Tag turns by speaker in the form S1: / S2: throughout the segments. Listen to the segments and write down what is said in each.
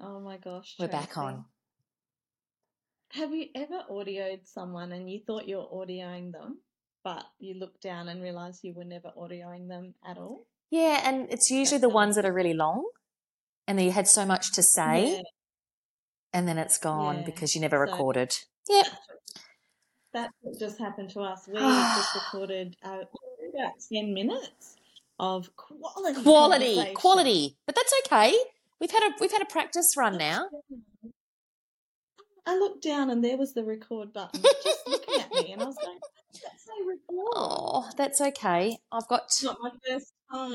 S1: Oh my gosh.
S2: We're back
S1: Tracy.
S2: on.
S1: Have you ever audioed someone and you thought you were audioing them, but you looked down and realized you were never audioing them at all?
S2: Yeah, and it's usually the ones that are really long and then you had so much to say
S1: Yeah,
S2: and then it's gone
S1: Yeah.
S2: because you never
S1: So-
S2: recorded. Yep.
S1: that's what just happened to us. We just recorded uh, about 10 minutes of quality.
S2: Quality,
S1: conversation.
S2: quality. But that's okay. We've had a we've had a practice run now.
S1: I looked down and there was the record button just looking at me, and I was going, that's so record.
S2: Oh, that's okay. I've got
S1: It's not my first time.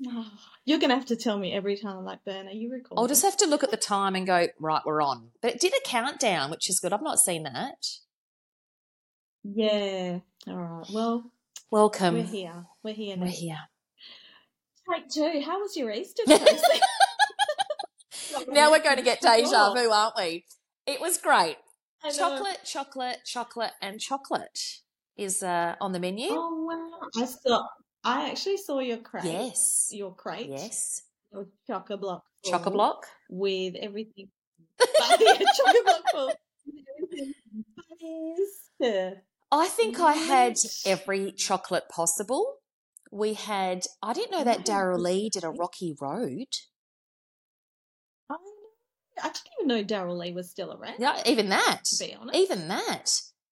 S1: you're going to have to tell me every time, like, Ben, are you recording?
S2: I'll just have to look at the time and go, right, we're on. But it did a countdown, which is good. I've not seen that.
S1: Yeah. All right. Well,
S2: Welcome.
S1: we're here. We're here
S2: Um, We're
S1: now.
S2: here.
S1: Take two. How was your Easter, Tracy?
S2: Now we're going to get deja vu, aren't we? It was great.
S1: Oh, I know.
S2: Chocolate, chocolate, chocolate, and chocolate is uh, on the menu.
S1: Oh wow! I saw. I actually saw your crate.
S2: yes.
S1: Your crate.
S2: Yes.
S1: It was chocolate block.
S2: Chocolate block.
S1: with everything. But yeah, chocolate block full. with everything from bunnies to-
S2: I think I had
S1: Right.
S2: every chocolate possible. We had, I didn't know that
S1: Right,
S2: Daryl Lee did a
S1: okay.
S2: rocky road.
S1: I don't know. I didn't even know Daryl Lee was still around.
S2: Yeah, even that.
S1: To be honest.
S2: Even that.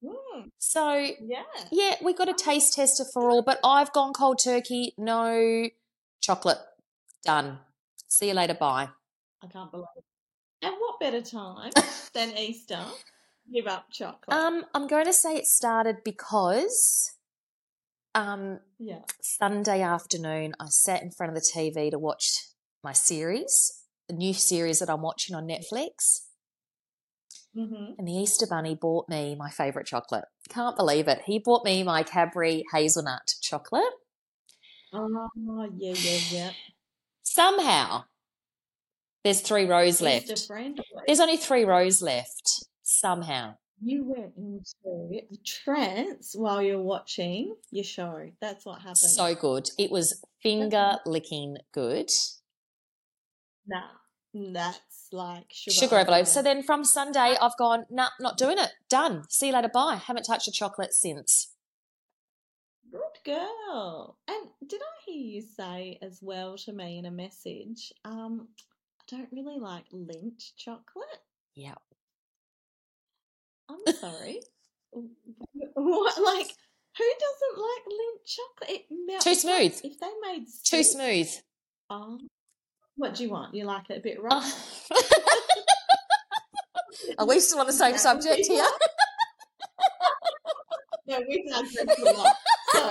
S1: Mm,
S2: So
S1: yeah.
S2: Yeah, we got a taste tester for all, but I've gone cold turkey, no chocolate. Done. See you later, bye.
S1: I can't believe. it. And what better time than Easter? to Give up chocolate.
S2: Um, I'm going to say it started because um
S1: yeah.
S2: Sunday afternoon I sat in front of the TV to watch my series, a new series that I'm watching on Netflix,
S1: Mm-hmm.
S2: and the Easter bunny bought me my favorite chocolate. Can't believe it. He bought me my Cadbury hazelnut chocolate.
S1: Oh yeah, yeah, yeah.
S2: Somehow there's three rows left.
S1: Easter friend.
S2: There's only three rows left somehow.
S1: You went into a trance while you're watching your show. That's what happened.
S2: So good. It was finger licking good.
S1: nah, that's like sugar,
S2: Sugar overload. So then from Sunday, I've gone, nah, not doing it. Done. See you later. Bye. Haven't touched a chocolate since.
S1: good girl. And did I hear you say as well to me in a message? Um, I don't really like lint chocolate.
S2: Yeah.
S1: I'm sorry. what, like, who doesn't like lint chocolate? It melts.
S2: Too smooth.
S1: If they made sweet-
S2: Too smooth.
S1: Oh, what do you want? You like it a bit rough?
S2: Oh. Are we still on the same subject here?
S1: No, we've had sex a lot. So,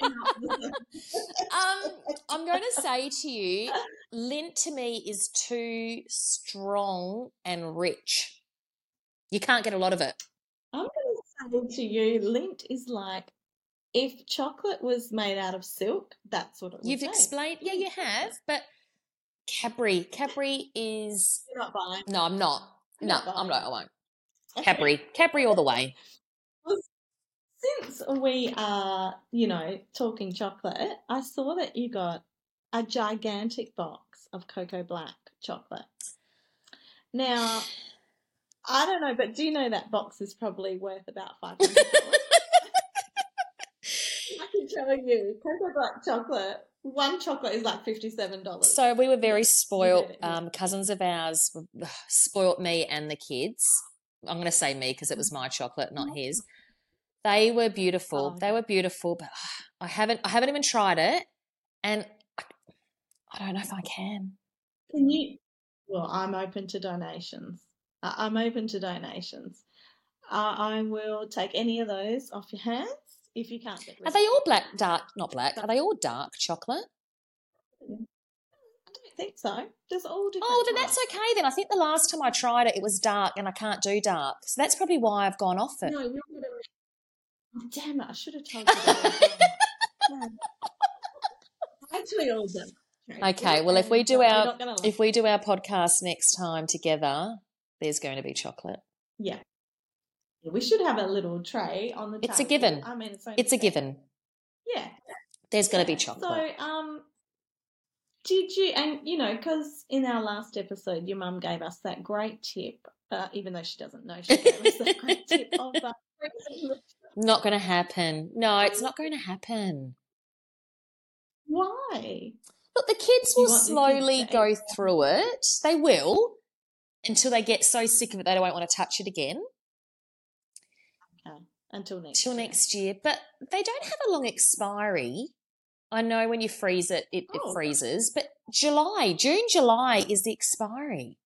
S1: hang on.
S2: Um, I'm going to say to you, lint to me is too strong and rich. You can't get a lot of it.
S1: I'm going to say to you, lint is like if chocolate was made out of silk, that's what it would
S2: You've
S1: be.
S2: explained, yeah, you have, but Cadbury, Cadbury is
S1: You're not buying.
S2: no, I'm not.
S1: You're
S2: No,
S1: not buying
S2: I'm not.
S1: it.
S2: I won't.
S1: Okay.
S2: Cadbury, Cadbury all the way.
S1: Since we are, you know, talking chocolate, I saw that you got a gigantic box of cocoa black chocolate. Now, I don't know, but do you know that box is probably worth about five hundred dollars? I can tell you, cocoa black chocolate. One chocolate is like fifty-seven dollars.
S2: So we were very
S1: Yeah,
S2: spoiled.
S1: it, yeah.
S2: Um, cousins of ours were- spoilt me and the kids. I'm going to say me because it was my chocolate, not his. They were beautiful.
S1: Mm-hmm. Oh,
S2: They
S1: okay.
S2: were beautiful, but I haven't. I haven't even tried it, and I, I don't know if I can.
S1: Can you? Well, I'm open to donations. I- I'm open to donations. I I will take any of those off your hands if you can't get rid
S2: Are
S1: of
S2: they
S1: them.
S2: all black? Dark? Not black. Are they all dark chocolate?
S1: I don't think so. There's all different.
S2: Oh, then that's okay then. I think the last time I tried it, it was dark and I can't do dark. So that's probably why I've gone off it.
S1: No, you're gonna. Oh, damn it! I should have told you. That No. I actually all them.
S2: Okay, well, if we do our-
S1: if
S2: If we do our podcast next time together, there's going to be chocolate.
S1: yeah, we should have a little tray on the.
S2: It's a
S1: table.
S2: given.
S1: I mean, it's, only
S2: It's a
S1: fair.
S2: given.
S1: Yeah,
S2: There's going to be
S1: Yeah,
S2: chocolate.
S1: So, um, Did you? And you know, because in our last episode, your mum gave us that great tip, uh, even though she doesn't know she gave us that great tip of uh, freezing the
S2: Not going to happen. No, it's not going to happen.
S1: Why?
S2: Look, the kids
S1: You want
S2: will
S1: the kids
S2: slowly
S1: to
S2: go through it. They will until they get so sick of it they won't want to touch it again
S1: Until next.
S2: till
S1: year.
S2: next year. But they don't have a long expiry. I know when you freeze it, it,
S1: Oh.
S2: it freezes. But July, June, July is the expiry.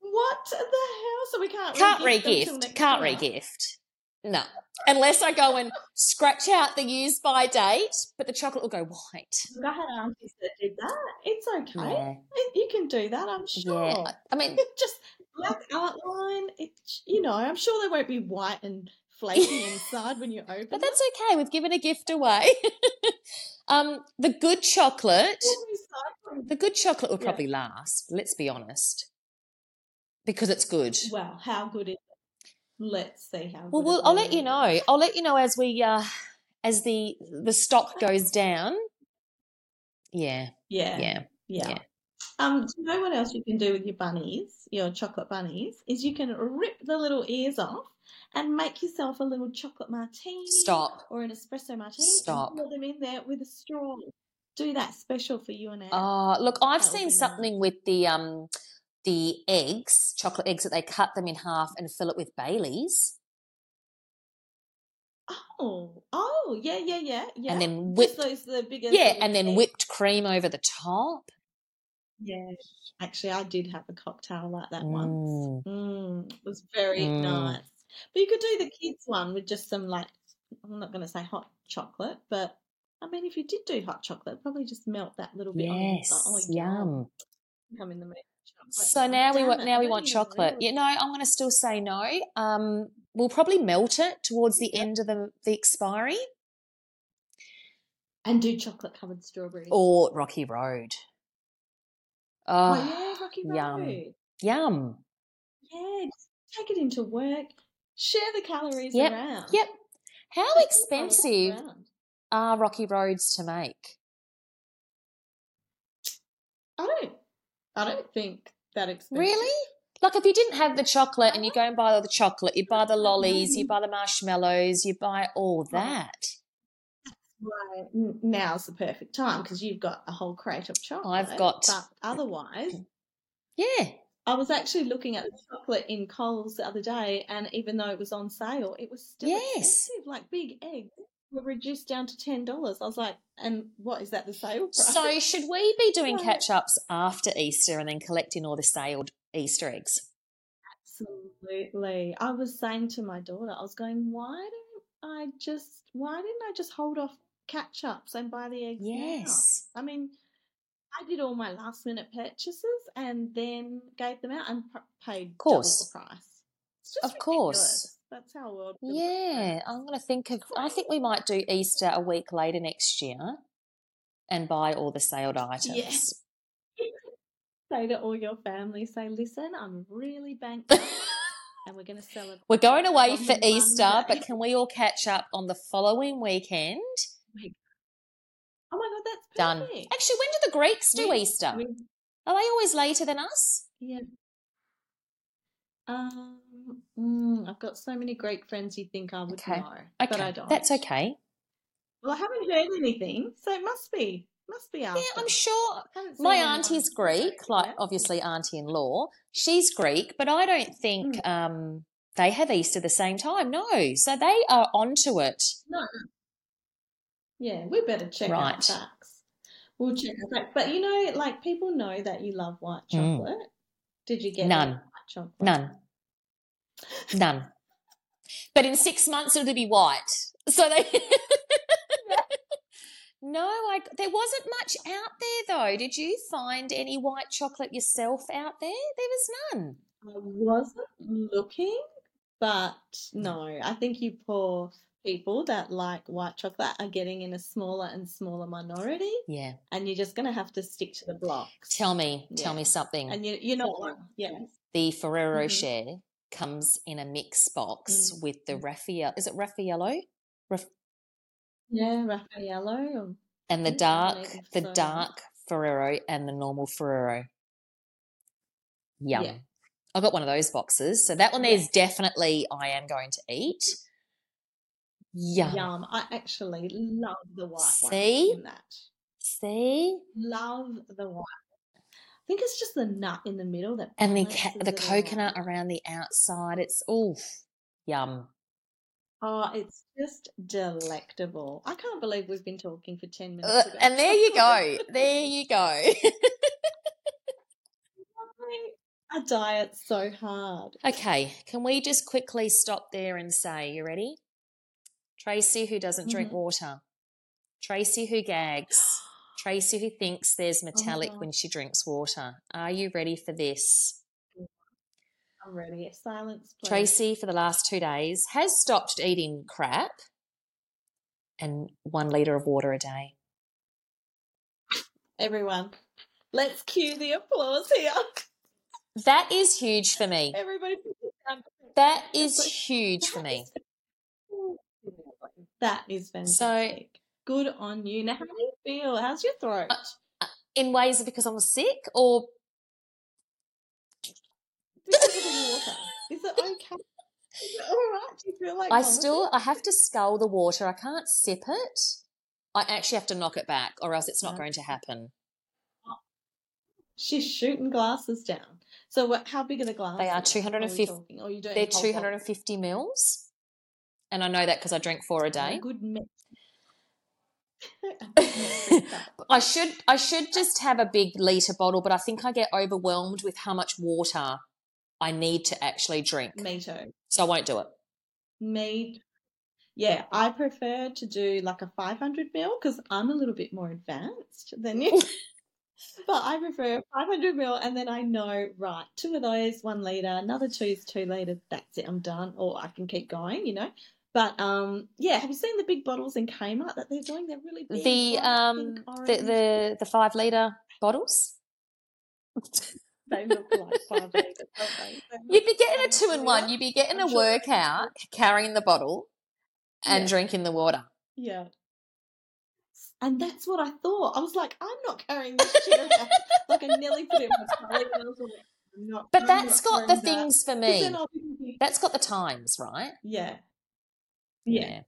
S1: What the hell? So we can't
S2: Can't
S1: re-gift them till
S2: regift.
S1: next
S2: Can't
S1: year?
S2: regift. No, unless I go and scratch out the use by date, but the chocolate will go white.
S1: Look, I had aunties that did that. It's okay.
S2: Yeah,
S1: It- You can do that, I'm
S2: yeah.
S1: sure.
S2: I- I mean,
S1: Just black outline. It, you know, I'm sure they won't be white and flaky inside when you open
S2: But
S1: them.
S2: that's okay. We've given a gift away. um, the good chocolate,
S1: All recycling.
S2: the good chocolate will
S1: Yeah.
S2: probably last. Let's be honest, because it's good.
S1: Well, how good is it? Let's see how
S2: Well,
S1: good it
S2: we'll I'll let
S1: really
S2: you
S1: is.
S2: know. I'll let you know as we uh, as the the stock goes down. Yeah,
S1: Yeah,
S2: yeah,
S1: yeah.
S2: yeah.
S1: Um, do you know what else you can do with your bunnies, your chocolate bunnies, is you can rip the little ears off and make yourself a little chocolate martini
S2: Stop.
S1: or an espresso martini
S2: Stop.
S1: and pour them in there with a straw. Do that special for you and Anne.
S2: Oh, look, I've
S1: That would
S2: seen
S1: be nice.
S2: something with the um the eggs, chocolate eggs that they cut them in half and fill it with Baileys.
S1: Oh, oh, yeah, yeah, yeah, yeah.
S2: And then
S1: Just
S2: whipped-
S1: those the biggest.
S2: Yeah,
S1: little
S2: and then
S1: egg-
S2: whipped cream over the top.
S1: Yeah, actually, I did have a cocktail like that once.
S2: Mm.
S1: Mm, it was very
S2: Mm.
S1: nice. But you could do the kids one with just some like I'm not going to say hot chocolate, but I mean, if you did do hot chocolate, probably just melt that little bit on your side.
S2: Yes, yum.
S1: Come in the mood. for chocolate
S2: So now we
S1: "Oh, Damn
S2: want
S1: it,
S2: now
S1: I
S2: we
S1: don't
S2: want
S1: even
S2: chocolate.
S1: really-
S2: You know, I'm going to still say no. Um, we'll probably melt it towards the end of the the expiry
S1: And do chocolate covered strawberries.
S2: or Rocky Road.
S1: Oh,
S2: Oh,
S1: yeah, Rocky
S2: yum.
S1: Road.
S2: yum.
S1: Yeah, just take it into work. Share the calories
S2: Yep,
S1: around.
S2: Yep.
S1: Share
S2: How
S1: the calories
S2: expensive
S1: around.
S2: are Rocky Roads to make?
S1: I don't. I don't think that expensive.
S2: Really? Like if you didn't have the chocolate and you
S1: Uh-huh.
S2: go and buy all the chocolate, you buy the lollies, you buy the marshmallows, you buy all
S1: Uh-huh.
S2: that.
S1: Right. N- Now's the perfect time because you've got a whole crate of chocolate.
S2: got-
S1: But otherwise,
S2: Yeah.
S1: I was actually looking at the chocolate in Coles the other day, and even though it was on sale, it was still
S2: Yes.
S1: expensive. Like big eggs were reduced down to ten dollars. I was like, and what is that the sale price?
S2: So should we be doing
S1: So-
S2: catch ups after Easter and then collecting all the saled Easter eggs?
S1: Absolutely. I was saying to my daughter, I was going, why don't I just, why didn't I just hold off catch ups and buy the eggs
S2: Yes.
S1: now? I mean, I did all my last minute purchases and then gave them out and p- paid
S2: Course.
S1: double the price. It's just
S2: Of course.
S1: ridiculous. That's our world. is.
S2: Yeah, I'm going to think of. I think we might do Easter a week later next year and buy all the saled items.
S1: Yes. Say to all your family, say, listen, I'm really banked up and we're going to celebrate.
S2: We're going away
S1: On
S2: for
S1: the
S2: Easter,
S1: Monday.
S2: but can we all catch up on the following weekend?
S1: Oh my God, that's
S2: Done.
S1: perfect.
S2: Actually, when do the Greeks do
S1: Yeah,
S2: Easter?
S1: We-
S2: Are they always later than us?
S1: Yeah. Um, mm, I've got so many Greek friends you think I would
S2: Okay.
S1: know,
S2: Okay,
S1: but I don't.
S2: that's okay.
S1: Well, I haven't heard anything, so it must be. Must be after.
S2: Yeah, I'm sure
S1: Haven't seen
S2: My
S1: anyone
S2: auntie's
S1: since
S2: Greek,
S1: I-
S2: like
S1: yeah.
S2: obviously auntie in law. She's Greek, but I don't think
S1: Mm.
S2: um, they have Easter the same time. No, so they are onto it.
S1: No. Yeah, we better check
S2: Right.
S1: out facts. We'll check out facts. But you know, like people know that you love white
S2: Mm.
S1: chocolate. Did you get any
S2: None.
S1: white chocolate?
S2: None, none. But in six months it'll be white. So they. no, I. There wasn't much out there though. Did you find any white chocolate yourself out there? There was none.
S1: I wasn't looking, but no, I think you poor people that like white chocolate are getting in a smaller and smaller minority.
S2: Yeah.
S1: and you're just going to have to stick to the blocks.
S2: Tell me. Tell
S1: Yeah.
S2: me something.
S1: And you, you're not, yeah.
S2: the Ferrero
S1: Mhm.
S2: share comes in a mix box
S1: Mm.
S2: with the Raffaello. Is it Raffaello? Raff-
S1: Yeah, Raffaello. Or,
S2: and the
S1: Mm, I
S2: dark,
S1: think
S2: the
S1: so.
S2: dark Ferrero and the normal Ferrero. Yum. Yeah. I got one of those boxes. So that one there's definitely I am going to eat. Yum.
S1: Yum. I actually love the white
S2: See?
S1: one in that.
S2: See?
S1: Love the white. I think it's just the nut in the middle that
S2: And the
S1: balances
S2: ca-
S1: it
S2: the
S1: all
S2: coconut
S1: out.
S2: around the outside. It's oof. Yum.
S1: Oh, it's just delectable. I can't believe we've been talking for ten minutes.
S2: Ugh,
S1: about
S2: Uh, and there you go.
S1: chocolate.
S2: There you go.
S1: I diet so hard.
S2: okay, can we just quickly stop there and say, you ready? Tracy who doesn't drink
S1: Mhm.
S2: water. Tracy who gags. Tracy who thinks there's metallic
S1: God.
S2: when she drinks water. Are you ready for this?
S1: I'm ready. Silence, please.
S2: Tracy, for the last two days, has stopped eating crap and one litre of water a day.
S1: Everyone, let's cue the applause here.
S2: That is huge for me.
S1: Everybody, put your hand up.
S2: That is huge for me.
S1: That is fantastic. Good on you. Now, how do you feel? How's your throat?
S2: In ways because I'm sick or
S1: Because of the water. Is it okay? Is it all right? Do you feel like
S2: I
S1: vomiting?
S2: still I have to scull the water. I can't sip it. I actually have to knock it back or else it's not going to happen.
S1: She's shooting glasses down. So, what, how big are the glasses? Are
S2: 250
S1: we talking? Or you don't
S2: They're 250 mils. And I know that because I drink four a day.
S1: Good me-
S2: I should I should just have a big liter bottle, but I think I get overwhelmed with how much water I need to actually drink.
S1: Me too.
S2: So I won't do it.
S1: Me. Yeah, I prefer to do like a 500 mil because I'm a little bit more advanced than you. but I prefer 500 mil, and then I know right, two of those, one liter, another two is two liters. That's it, I'm done. Or I can keep going, you know. But um, yeah, have you seen the big bottles in Kmart that they're doing? They're really big.
S2: The
S1: white,
S2: um
S1: pink,
S2: the,
S1: orange.
S2: the the five liter bottles.
S1: They look like five liters, don't they? They
S2: You'd
S1: look
S2: be getting a
S1: like
S2: two in
S1: liter.
S2: one. You'd be getting
S1: I'm
S2: a
S1: sure they-
S2: workout, carrying the bottle and
S1: Yeah.
S2: drinking the water.
S1: Yeah. And that's what I thought. I was like, I'm not carrying this shit around. like I nearly put it in my trolley, and I was like, I'm not.
S2: But
S1: I'm
S2: that's
S1: not
S2: got the
S1: carrying that.
S2: things for
S1: 'Cause
S2: me.
S1: then I'll be thinking,
S2: That's got the times, right?
S1: yeah. Yeah.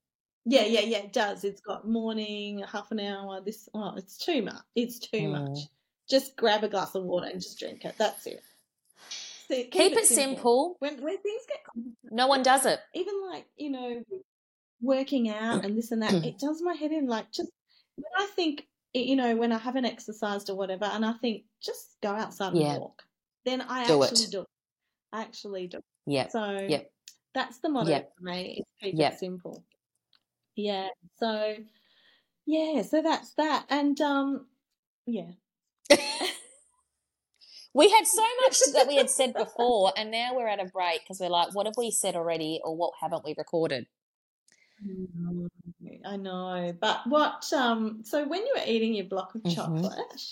S1: Yeah, yeah, yeah, it does. It's got morning, half an hour. This, oh, it's too much. It's too much.
S2: Mm.
S1: Just grab a glass of water and just drink it. That's it. So keep,
S2: Keep it simple.
S1: When when things get
S2: No one does it.
S1: even like you know working out and this and that,
S2: Mm-hmm.
S1: it does my head in. Like just when I think you know when I haven't exercised or whatever, and I think just go outside
S2: Yeah.
S1: and walk. Then I
S2: Do
S1: actually
S2: it.
S1: do. It. I actually do. it.
S2: Yeah.
S1: So
S2: Yep.
S1: that's the motto
S2: Yep.
S1: for me. Is keep
S2: Yep.
S1: it simple. Yeah. So. Yeah, so that's that. And um yeah.
S2: We had so much that we had said before, and now we're at a break because we're like, what have we said already, or what haven't we recorded?
S1: Mm, I know. But what um so when you were eating your block of
S2: Mhm.
S1: chocolate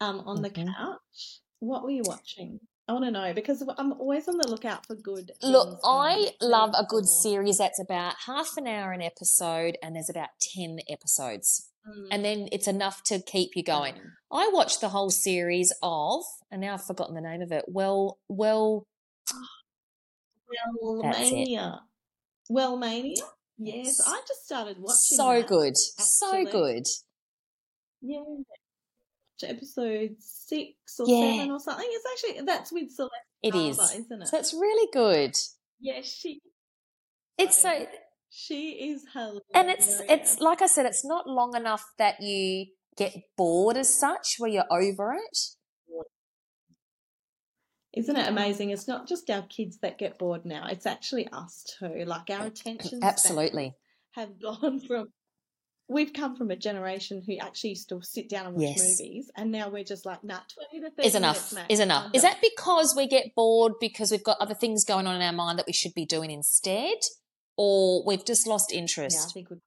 S1: um on the
S2: Mhm.
S1: couch, what were you watching? I want to know because I'm always on the lookout for good
S2: Look,
S1: things on
S2: I love a
S1: Netflix
S2: good
S1: or-
S2: series that's about half an hour an episode, and there's about 10 episodes,
S1: Mm,
S2: and then it's enough to keep you going.
S1: um,
S2: I watched the whole series of, and now I've forgotten the name of it. Well, well, That's it.
S1: Mm, Wellmania. Wellmania? Yes, I just started watching
S2: so
S1: that.
S2: good, so
S1: actually.
S2: good.
S1: Yeah. To episode six or
S2: Yeah.
S1: seven or something. It's actually that's with Celeste
S2: It
S1: Barber,
S2: is.
S1: isn't it?
S2: So it's really good.
S1: Yes, she
S2: It's so,
S1: Right. she is hilarious.
S2: and it's it's like I said, it's not long enough that you get bored as such, where you're over it.
S1: isn't it amazing? It's not just our kids that get bored now; it's actually us too. Like our attention
S2: Absolutely.
S1: spans have gone from. We've come from a generation who actually still sit down and watch
S2: Yes.
S1: movies, and now we're just like, nah, twenty to thirty
S2: Is enough.
S1: minutes max.
S2: Is enough.
S1: I'm
S2: Is
S1: done."
S2: that because we get bored because we've got other things going on in our mind that we should be doing instead, or we've just lost
S1: Yeah, I
S2: interest?
S1: think we've,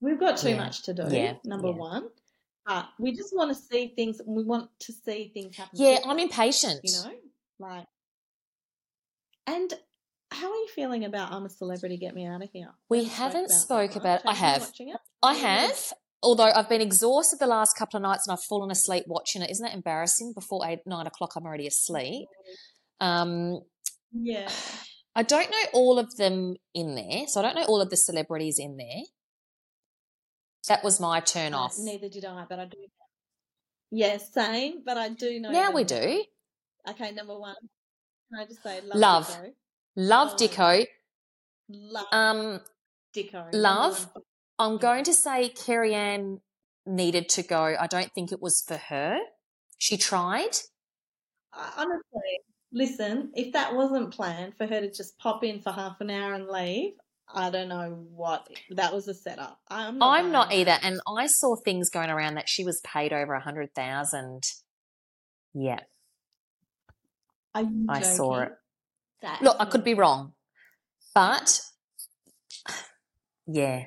S1: we've got too
S2: Yeah.
S1: much to do.
S2: Yeah.
S1: Number
S2: Yeah.
S1: one, but we just want to see things. We want to see things happen.
S2: Yeah,
S1: quickly.
S2: I'm impatient.
S1: you know like and how are you feeling about i'm a celebrity get me out of here
S2: We
S1: haven't spoke
S2: haven't
S1: about that much.
S2: spoke about. I
S1: Have you been
S2: have.
S1: watching it?
S2: I
S1: Have you been-
S2: have. although I've been exhausted the last couple of nights and I've fallen asleep watching it. Isn't that embarrassing? Before eight, nine o'clock, I'm already asleep. Um,
S1: Yeah.
S2: I don't know all of them in there, so I don't know all of the celebrities in there. That was my turn
S1: Uh,
S2: off.
S1: neither did I, but I do. Yeah, same, but I do know.
S2: Now
S1: them.
S2: we do.
S1: Okay, number one. Can I just say love?
S2: Love.
S1: Dicko?
S2: Love
S1: Oh. Love
S2: Dicko. Um,
S1: Dicko. number
S2: love.
S1: one.
S2: I'm going to say Carrie Ann needed to go. I don't think it was for her. She tried.
S1: I- Honestly, listen, if that wasn't planned for her to just pop in for half an hour and leave, I don't know what. That was a setup. I'm not,
S2: I'm not
S1: buying
S2: either,
S1: that.
S2: and I saw things going around that she was paid over a hundred thousand. Yeah,
S1: Are you
S2: I saw
S1: joking?
S2: it.
S1: That's
S2: Look, I could be
S1: not-
S2: wrong, but yeah,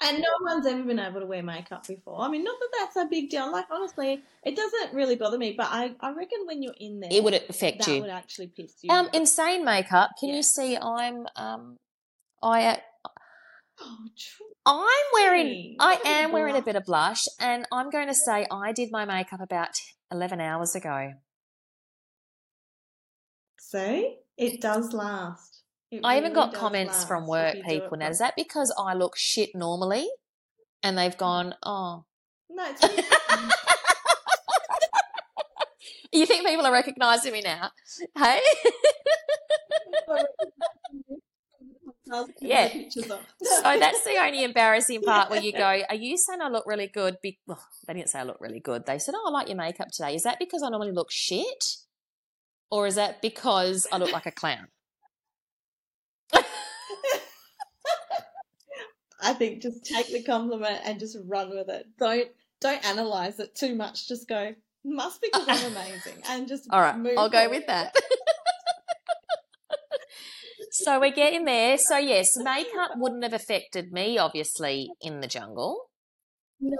S1: And no one's ever been able to wear makeup before. I mean, not that that's a big deal. Like, honestly, it doesn't really bother me, but I, I reckon when you're in there,
S2: it would affect
S1: that
S2: you.
S1: would actually piss you
S2: Um,
S1: off.
S2: insane makeup. Can
S1: Yeah.
S2: you see? I'm um, I
S1: Oh, true.
S2: I'm wearing
S1: Really?
S2: I
S1: What a
S2: am wearing a
S1: bluff.
S2: bit of blush, and I'm going to say I did my makeup about eleven hours ago.
S1: See? It does last. It
S2: I even
S1: really
S2: got
S1: does
S2: comments
S1: last
S2: from
S1: if
S2: work
S1: you do
S2: people
S1: it
S2: now. Is
S1: properly.
S2: that because I look shit normally? And they've
S1: Mm.
S2: gone, oh.
S1: No, it's really-
S2: You think people are recognising me now? Hey?
S1: I'll put the
S2: Yeah.
S1: pictures up.
S2: so Oh, that's the only embarrassing part where you go, are you saying I look really good? Be- well, they didn't say I look really good. They said, oh, I like your makeup today. Is that because I normally look shit? Or is that because I look like a clown?
S1: I think just take the compliment and just run with it. Don't don't analyze it too much. Just go must because I'm amazing and just
S2: All right,
S1: move
S2: I'll go
S1: forward.
S2: with that. so we're getting there. So, yes, makeup wouldn't have affected me, obviously, in the jungle.
S1: No.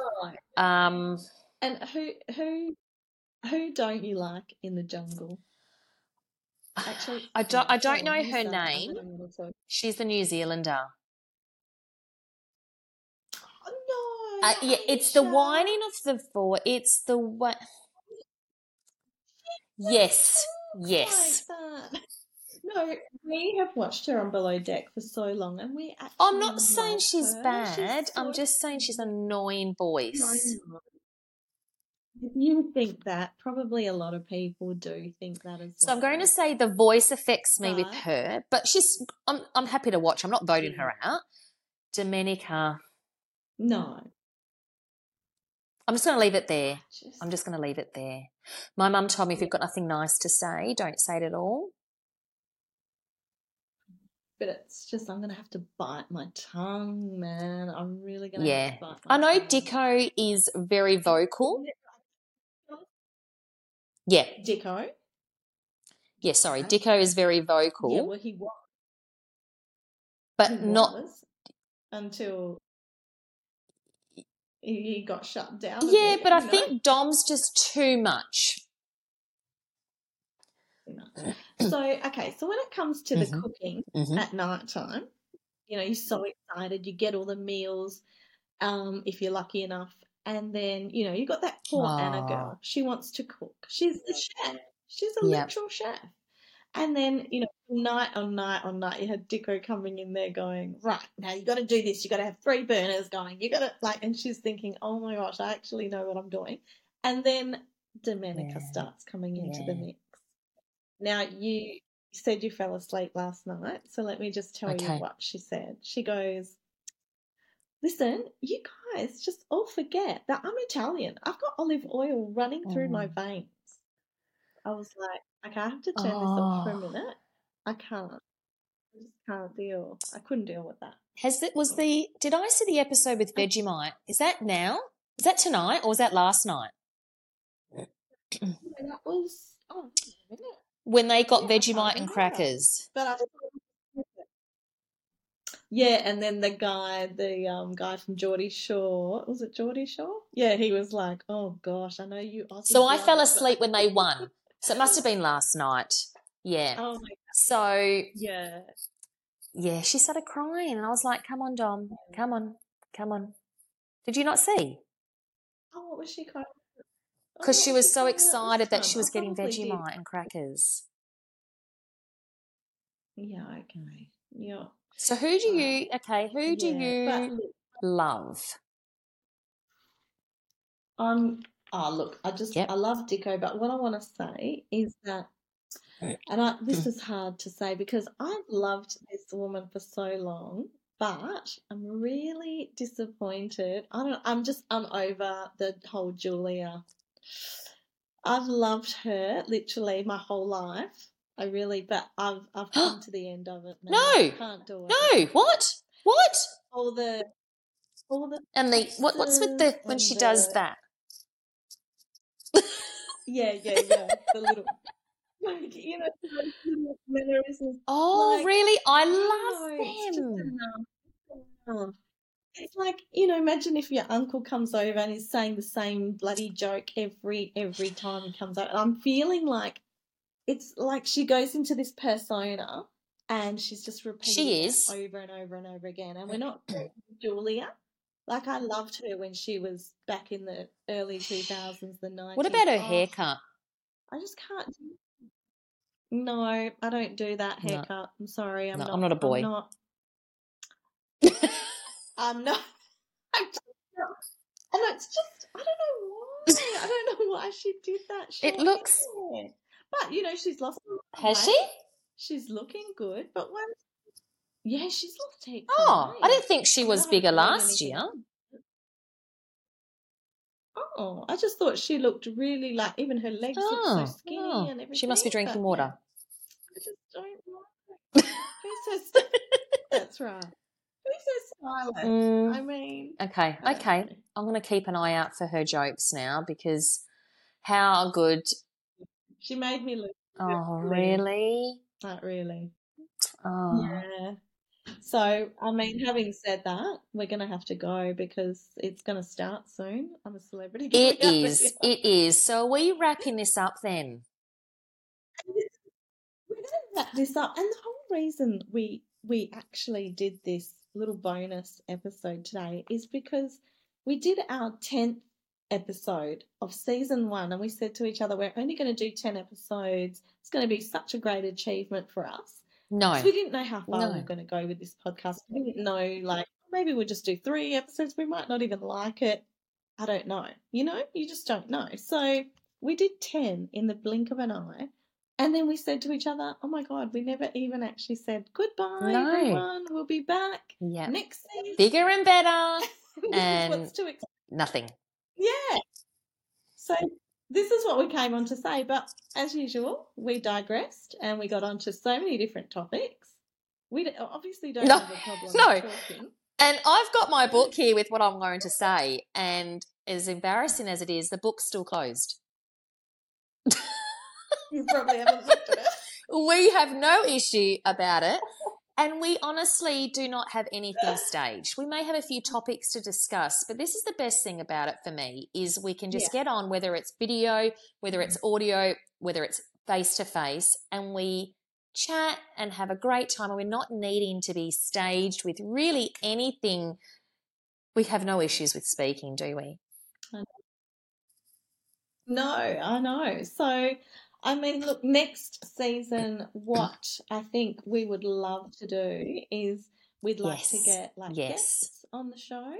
S2: Um,
S1: And who who who don't you like in the jungle? Actually,
S2: I don't,
S1: no,
S2: I
S1: go
S2: don't
S1: on,
S2: know
S1: you
S2: her
S1: say it. I
S2: name.
S1: don't know what to-
S2: She's the New Zealander.
S1: Oh, no,
S2: Uh,
S1: not
S2: yeah, it's the
S1: Aisha.
S2: whining of the voice. It's the what? Yes,
S1: Talks
S2: yes.
S1: like that. No, we have watched her on Below Deck for so long, and we actually.
S2: I'm not saying
S1: love
S2: she's
S1: her.
S2: bad.
S1: She's
S2: I'm
S1: so
S2: just saying she's an annoying voice.
S1: phenomenal. Um, If you think that, probably a lot of people do think that as well.
S2: So I'm going to say the voice affects me with
S1: But-
S2: her, but she's. I'm. I'm happy to watch. I'm not voting her out. Domenica.
S1: no.
S2: I'm just going to leave it there.
S1: Just,
S2: I'm just going to leave it there. My mum told me if you've got nothing nice to say, don't say it at all.
S1: but it's just I'm going to have to bite my tongue, man. I'm really going to
S2: Yeah.
S1: have to bite my
S2: I know
S1: tongue.
S2: Dicko is very vocal. Yeah.
S1: Dicko.
S2: Yeah, sorry.
S1: Okay.
S2: Dicko is very vocal,
S1: Yeah, well, he was.
S2: but
S1: he
S2: not.
S1: was until he he got shut down. a
S2: Yeah,
S1: bit,
S2: but I
S1: you know?
S2: think Dom's just too much.
S1: So, okay, so when it comes to the
S2: Mhm.
S1: cooking
S2: Mhm.
S1: at night time, you know, you're so excited, you get all the meals, um, if you're lucky enough. And then, you know, you got that poor Anna
S2: Ah.
S1: girl. She wants to cook. She's the chef. She's a
S2: Yep.
S1: literal chef. And then, you know, night on night on night, you had Dicko coming in there going, right, now you got to do this. You got to have three burners going. You got to, like, and she's thinking, oh my gosh, I actually know what I'm doing. And then Domenica
S2: Yeah,
S1: starts coming into the
S2: yeah.
S1: mix. Now, you said you fell asleep last night. So let me just tell you
S2: Okay.
S1: what she said. She goes, Listen, you guys just all forget that I'm Italian. I've got olive oil running through my
S2: Oh.
S1: veins. I was like, okay, I have to turn this off for a
S2: Oh.
S1: minute. I can't. I just can't deal. I couldn't deal with that.
S2: Has it was the did I see the episode with Vegemite? Is that now? Is that tonight or was that last night?
S1: And that was, oh, hang on a minute.
S2: When they got
S1: Yeah, I can't
S2: Vegemite and
S1: remember.
S2: crackers.
S1: But I. Yeah, and then the guy, the um guy from Geordie Shore, was it Geordie Shore? Yeah, he was like, "Oh gosh, I know you
S2: So
S1: Aussies
S2: I
S1: love
S2: fell
S1: it, but I
S2: asleep when they won. So it must have been last night. Yeah.
S1: oh my
S2: So
S1: yeah,
S2: yeah, she started crying and I was like, "Come on, Dom. Come on. Come on. Did you not see?
S1: Oh, what was she crying? Oh,
S2: Because
S1: what
S2: she was so
S1: crying about
S2: excited
S1: this
S2: that
S1: time?
S2: she was
S1: Oh, I
S2: getting
S1: probably did.
S2: Vegemite and crackers.
S1: Yeah, okay. Yeah.
S2: So who do
S1: Wow.
S2: you? Okay, who do
S1: Oh. Yeah, but
S2: you
S1: look,
S2: love?
S1: I'm oh look, I just
S2: Yep.
S1: I love Dicko, but what I want to say is that and I,
S2: Mm.
S1: this is hard to say because I've loved this woman for so long, but I'm really disappointed. I don't. I'm just. I'm over the whole Julia. I've loved her literally my whole life. I really, but I've I've come to the end of it. Now.
S2: No.
S1: I can't do it.
S2: No. What? What?
S1: All the all the
S2: And the what? What's with the
S1: kisses
S2: when
S1: and
S2: she does
S1: the-
S2: that?
S1: yeah yeah yeah the little like you know those little mannerisms.
S2: Oh,
S1: Like,
S2: really? I
S1: No, it's
S2: love
S1: just
S2: them.
S1: enough. Enough. It's like you know, imagine if your uncle comes over and is saying the same bloody joke every every time he comes over. And I'm feeling like it's like she goes into this persona and she's just repeating
S2: She
S1: it
S2: is.
S1: over and over and over again. And we're not Julia. Like I loved her when she was back in the early two thousands, the nineties.
S2: What about her
S1: Oh,
S2: haircut?
S1: I just can't. do No, I don't do that
S2: No.
S1: haircut. I'm sorry. I'm
S2: No,
S1: not.
S2: I'm not a boy.
S1: I'm not. I'm not. I'm just not. And it's just, I don't know why. I don't know why she did that.
S2: It
S1: short
S2: looks-
S1: hair. But, you know, she's lost. a lot of
S2: Has
S1: weight.
S2: she?
S1: She's looking good. But when. Yeah, she's lost heaps of
S2: Oh, I
S1: weight.
S2: didn't think she
S1: And I
S2: was
S1: haven't
S2: bigger
S1: heard
S2: last
S1: anything
S2: year.
S1: Oh, I just thought she looked really like, even her legs look so
S2: Oh,
S1: skinny
S2: oh.
S1: and everything.
S2: she must be drinking
S1: but, yeah,
S2: water.
S1: I just don't like it. Who's so st- That's right. Who's so silent?
S2: Mm,
S1: I mean,
S2: okay,
S1: I don't
S2: okay.
S1: know.
S2: I'm going to keep an eye out for her jokes now because how good.
S1: She made me look.
S2: Oh,
S1: Really?
S2: really?
S1: Not really.
S2: Oh.
S1: Yeah. So, I mean, having said that, we're going to have to go because it's going to start soon. I'm a celebrity.
S2: It
S1: going out
S2: is.
S1: here.
S2: It is. So are we wrapping this up then?
S1: We're going to wrap this up. And the whole reason we we actually did this little bonus episode today is because we did our 10th episode of season one and we said to each other, we're only going to do 10 episodes. It's going to be such a great achievement for us.
S2: No.
S1: So we didn't know how far we
S2: No. Mm.
S1: were going to go with this podcast. We didn't know, like, maybe we'll just do three episodes. We might not even like it. I don't know. You know, you just don't know. So we did 10 in the blink of an eye. And then we said to each other, oh my God, we never even actually said goodbye,
S2: No.
S1: everyone. We'll be back
S2: Yeah.
S1: next season.
S2: Bigger and better.
S1: This is
S2: and-
S1: what's to expect.
S2: Nothing.
S1: Yeah. So this is what we came on to say. But as usual, we digressed and we got onto so many different topics. We d- obviously don't
S2: No.
S1: have a problem
S2: No.
S1: talking.
S2: And I've got my book here with what I'm going to say. And as embarrassing as it is, the book's still closed.
S1: You probably haven't looked at it.
S2: We have no issue about it. And we honestly do not have anything staged. We may have a few topics to discuss, but this is the best thing about it for me is we can just get on whether it's video, whether it's audio, whether it's face to face and we chat and have a great time and we're not needing to be staged with really anything. We have no issues with speaking, do we?
S1: No, I know. So, I mean, look, next season, what I think we would love to do is we'd like to
S2: Yes.
S1: get like
S2: Yes.
S1: guests on the show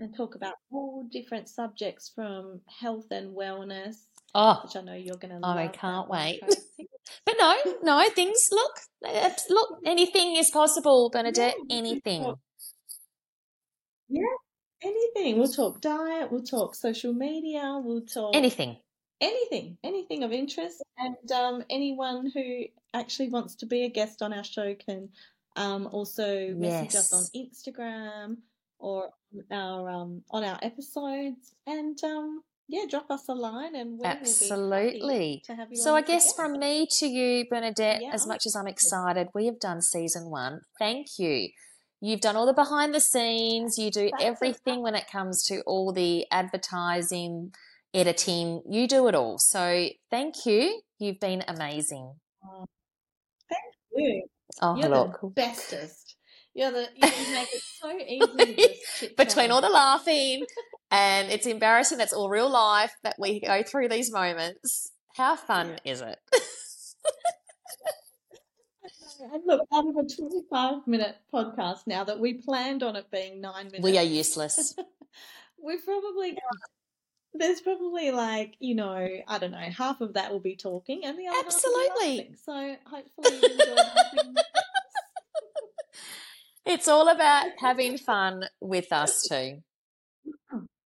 S1: and talk about all different subjects from health and wellness,
S2: Oh,
S1: which I know you're going to
S2: I
S1: love. that
S2: can't
S1: one,
S2: wait.
S1: Tracy.
S2: but no, no, things look, eh, look, anything is possible, Bernadette,
S1: Yeah, we can
S2: anything.
S1: talk- Yeah, anything. We'll talk diet, we'll talk social media, we'll talk
S2: Anything.
S1: anything, anything of interest, and um, anyone who actually wants to be a guest on our show can um, also message us on Instagram or on our um, on our episodes, and um, yeah, drop us a line, and we will be happy
S2: Absolutely.
S1: to have you.
S2: So
S1: on
S2: I
S1: as a
S2: guess
S1: guest.
S2: from me to you, Bernadette,
S1: Yeah,
S2: as
S1: I'm
S2: much as I'm
S1: excited.
S2: excited, we have done season one. Thank you. You've done all the behind the scenes, you do
S1: That's it.
S2: everything when it comes to all the advertising, editing, you do it all. So thank you. You've been amazing.
S1: Oh, thank you.
S2: Oh,
S1: You're
S2: look.
S1: the bestest. You're the, you make it so easy to just chit
S2: Between
S1: chat.
S2: all the laughing and it's embarrassing, that's all real life that we go through these moments. How fun is it?
S1: And look, out of a 25 minute podcast now that we planned on it being nine minutes,
S2: we are useless.
S1: we've probably got, there's probably like, you know, I don't know, half of that will be talking and the other
S2: Absolutely.
S1: half will be laughing. So hopefully you enjoyed having us.
S2: It's all about having fun with us too.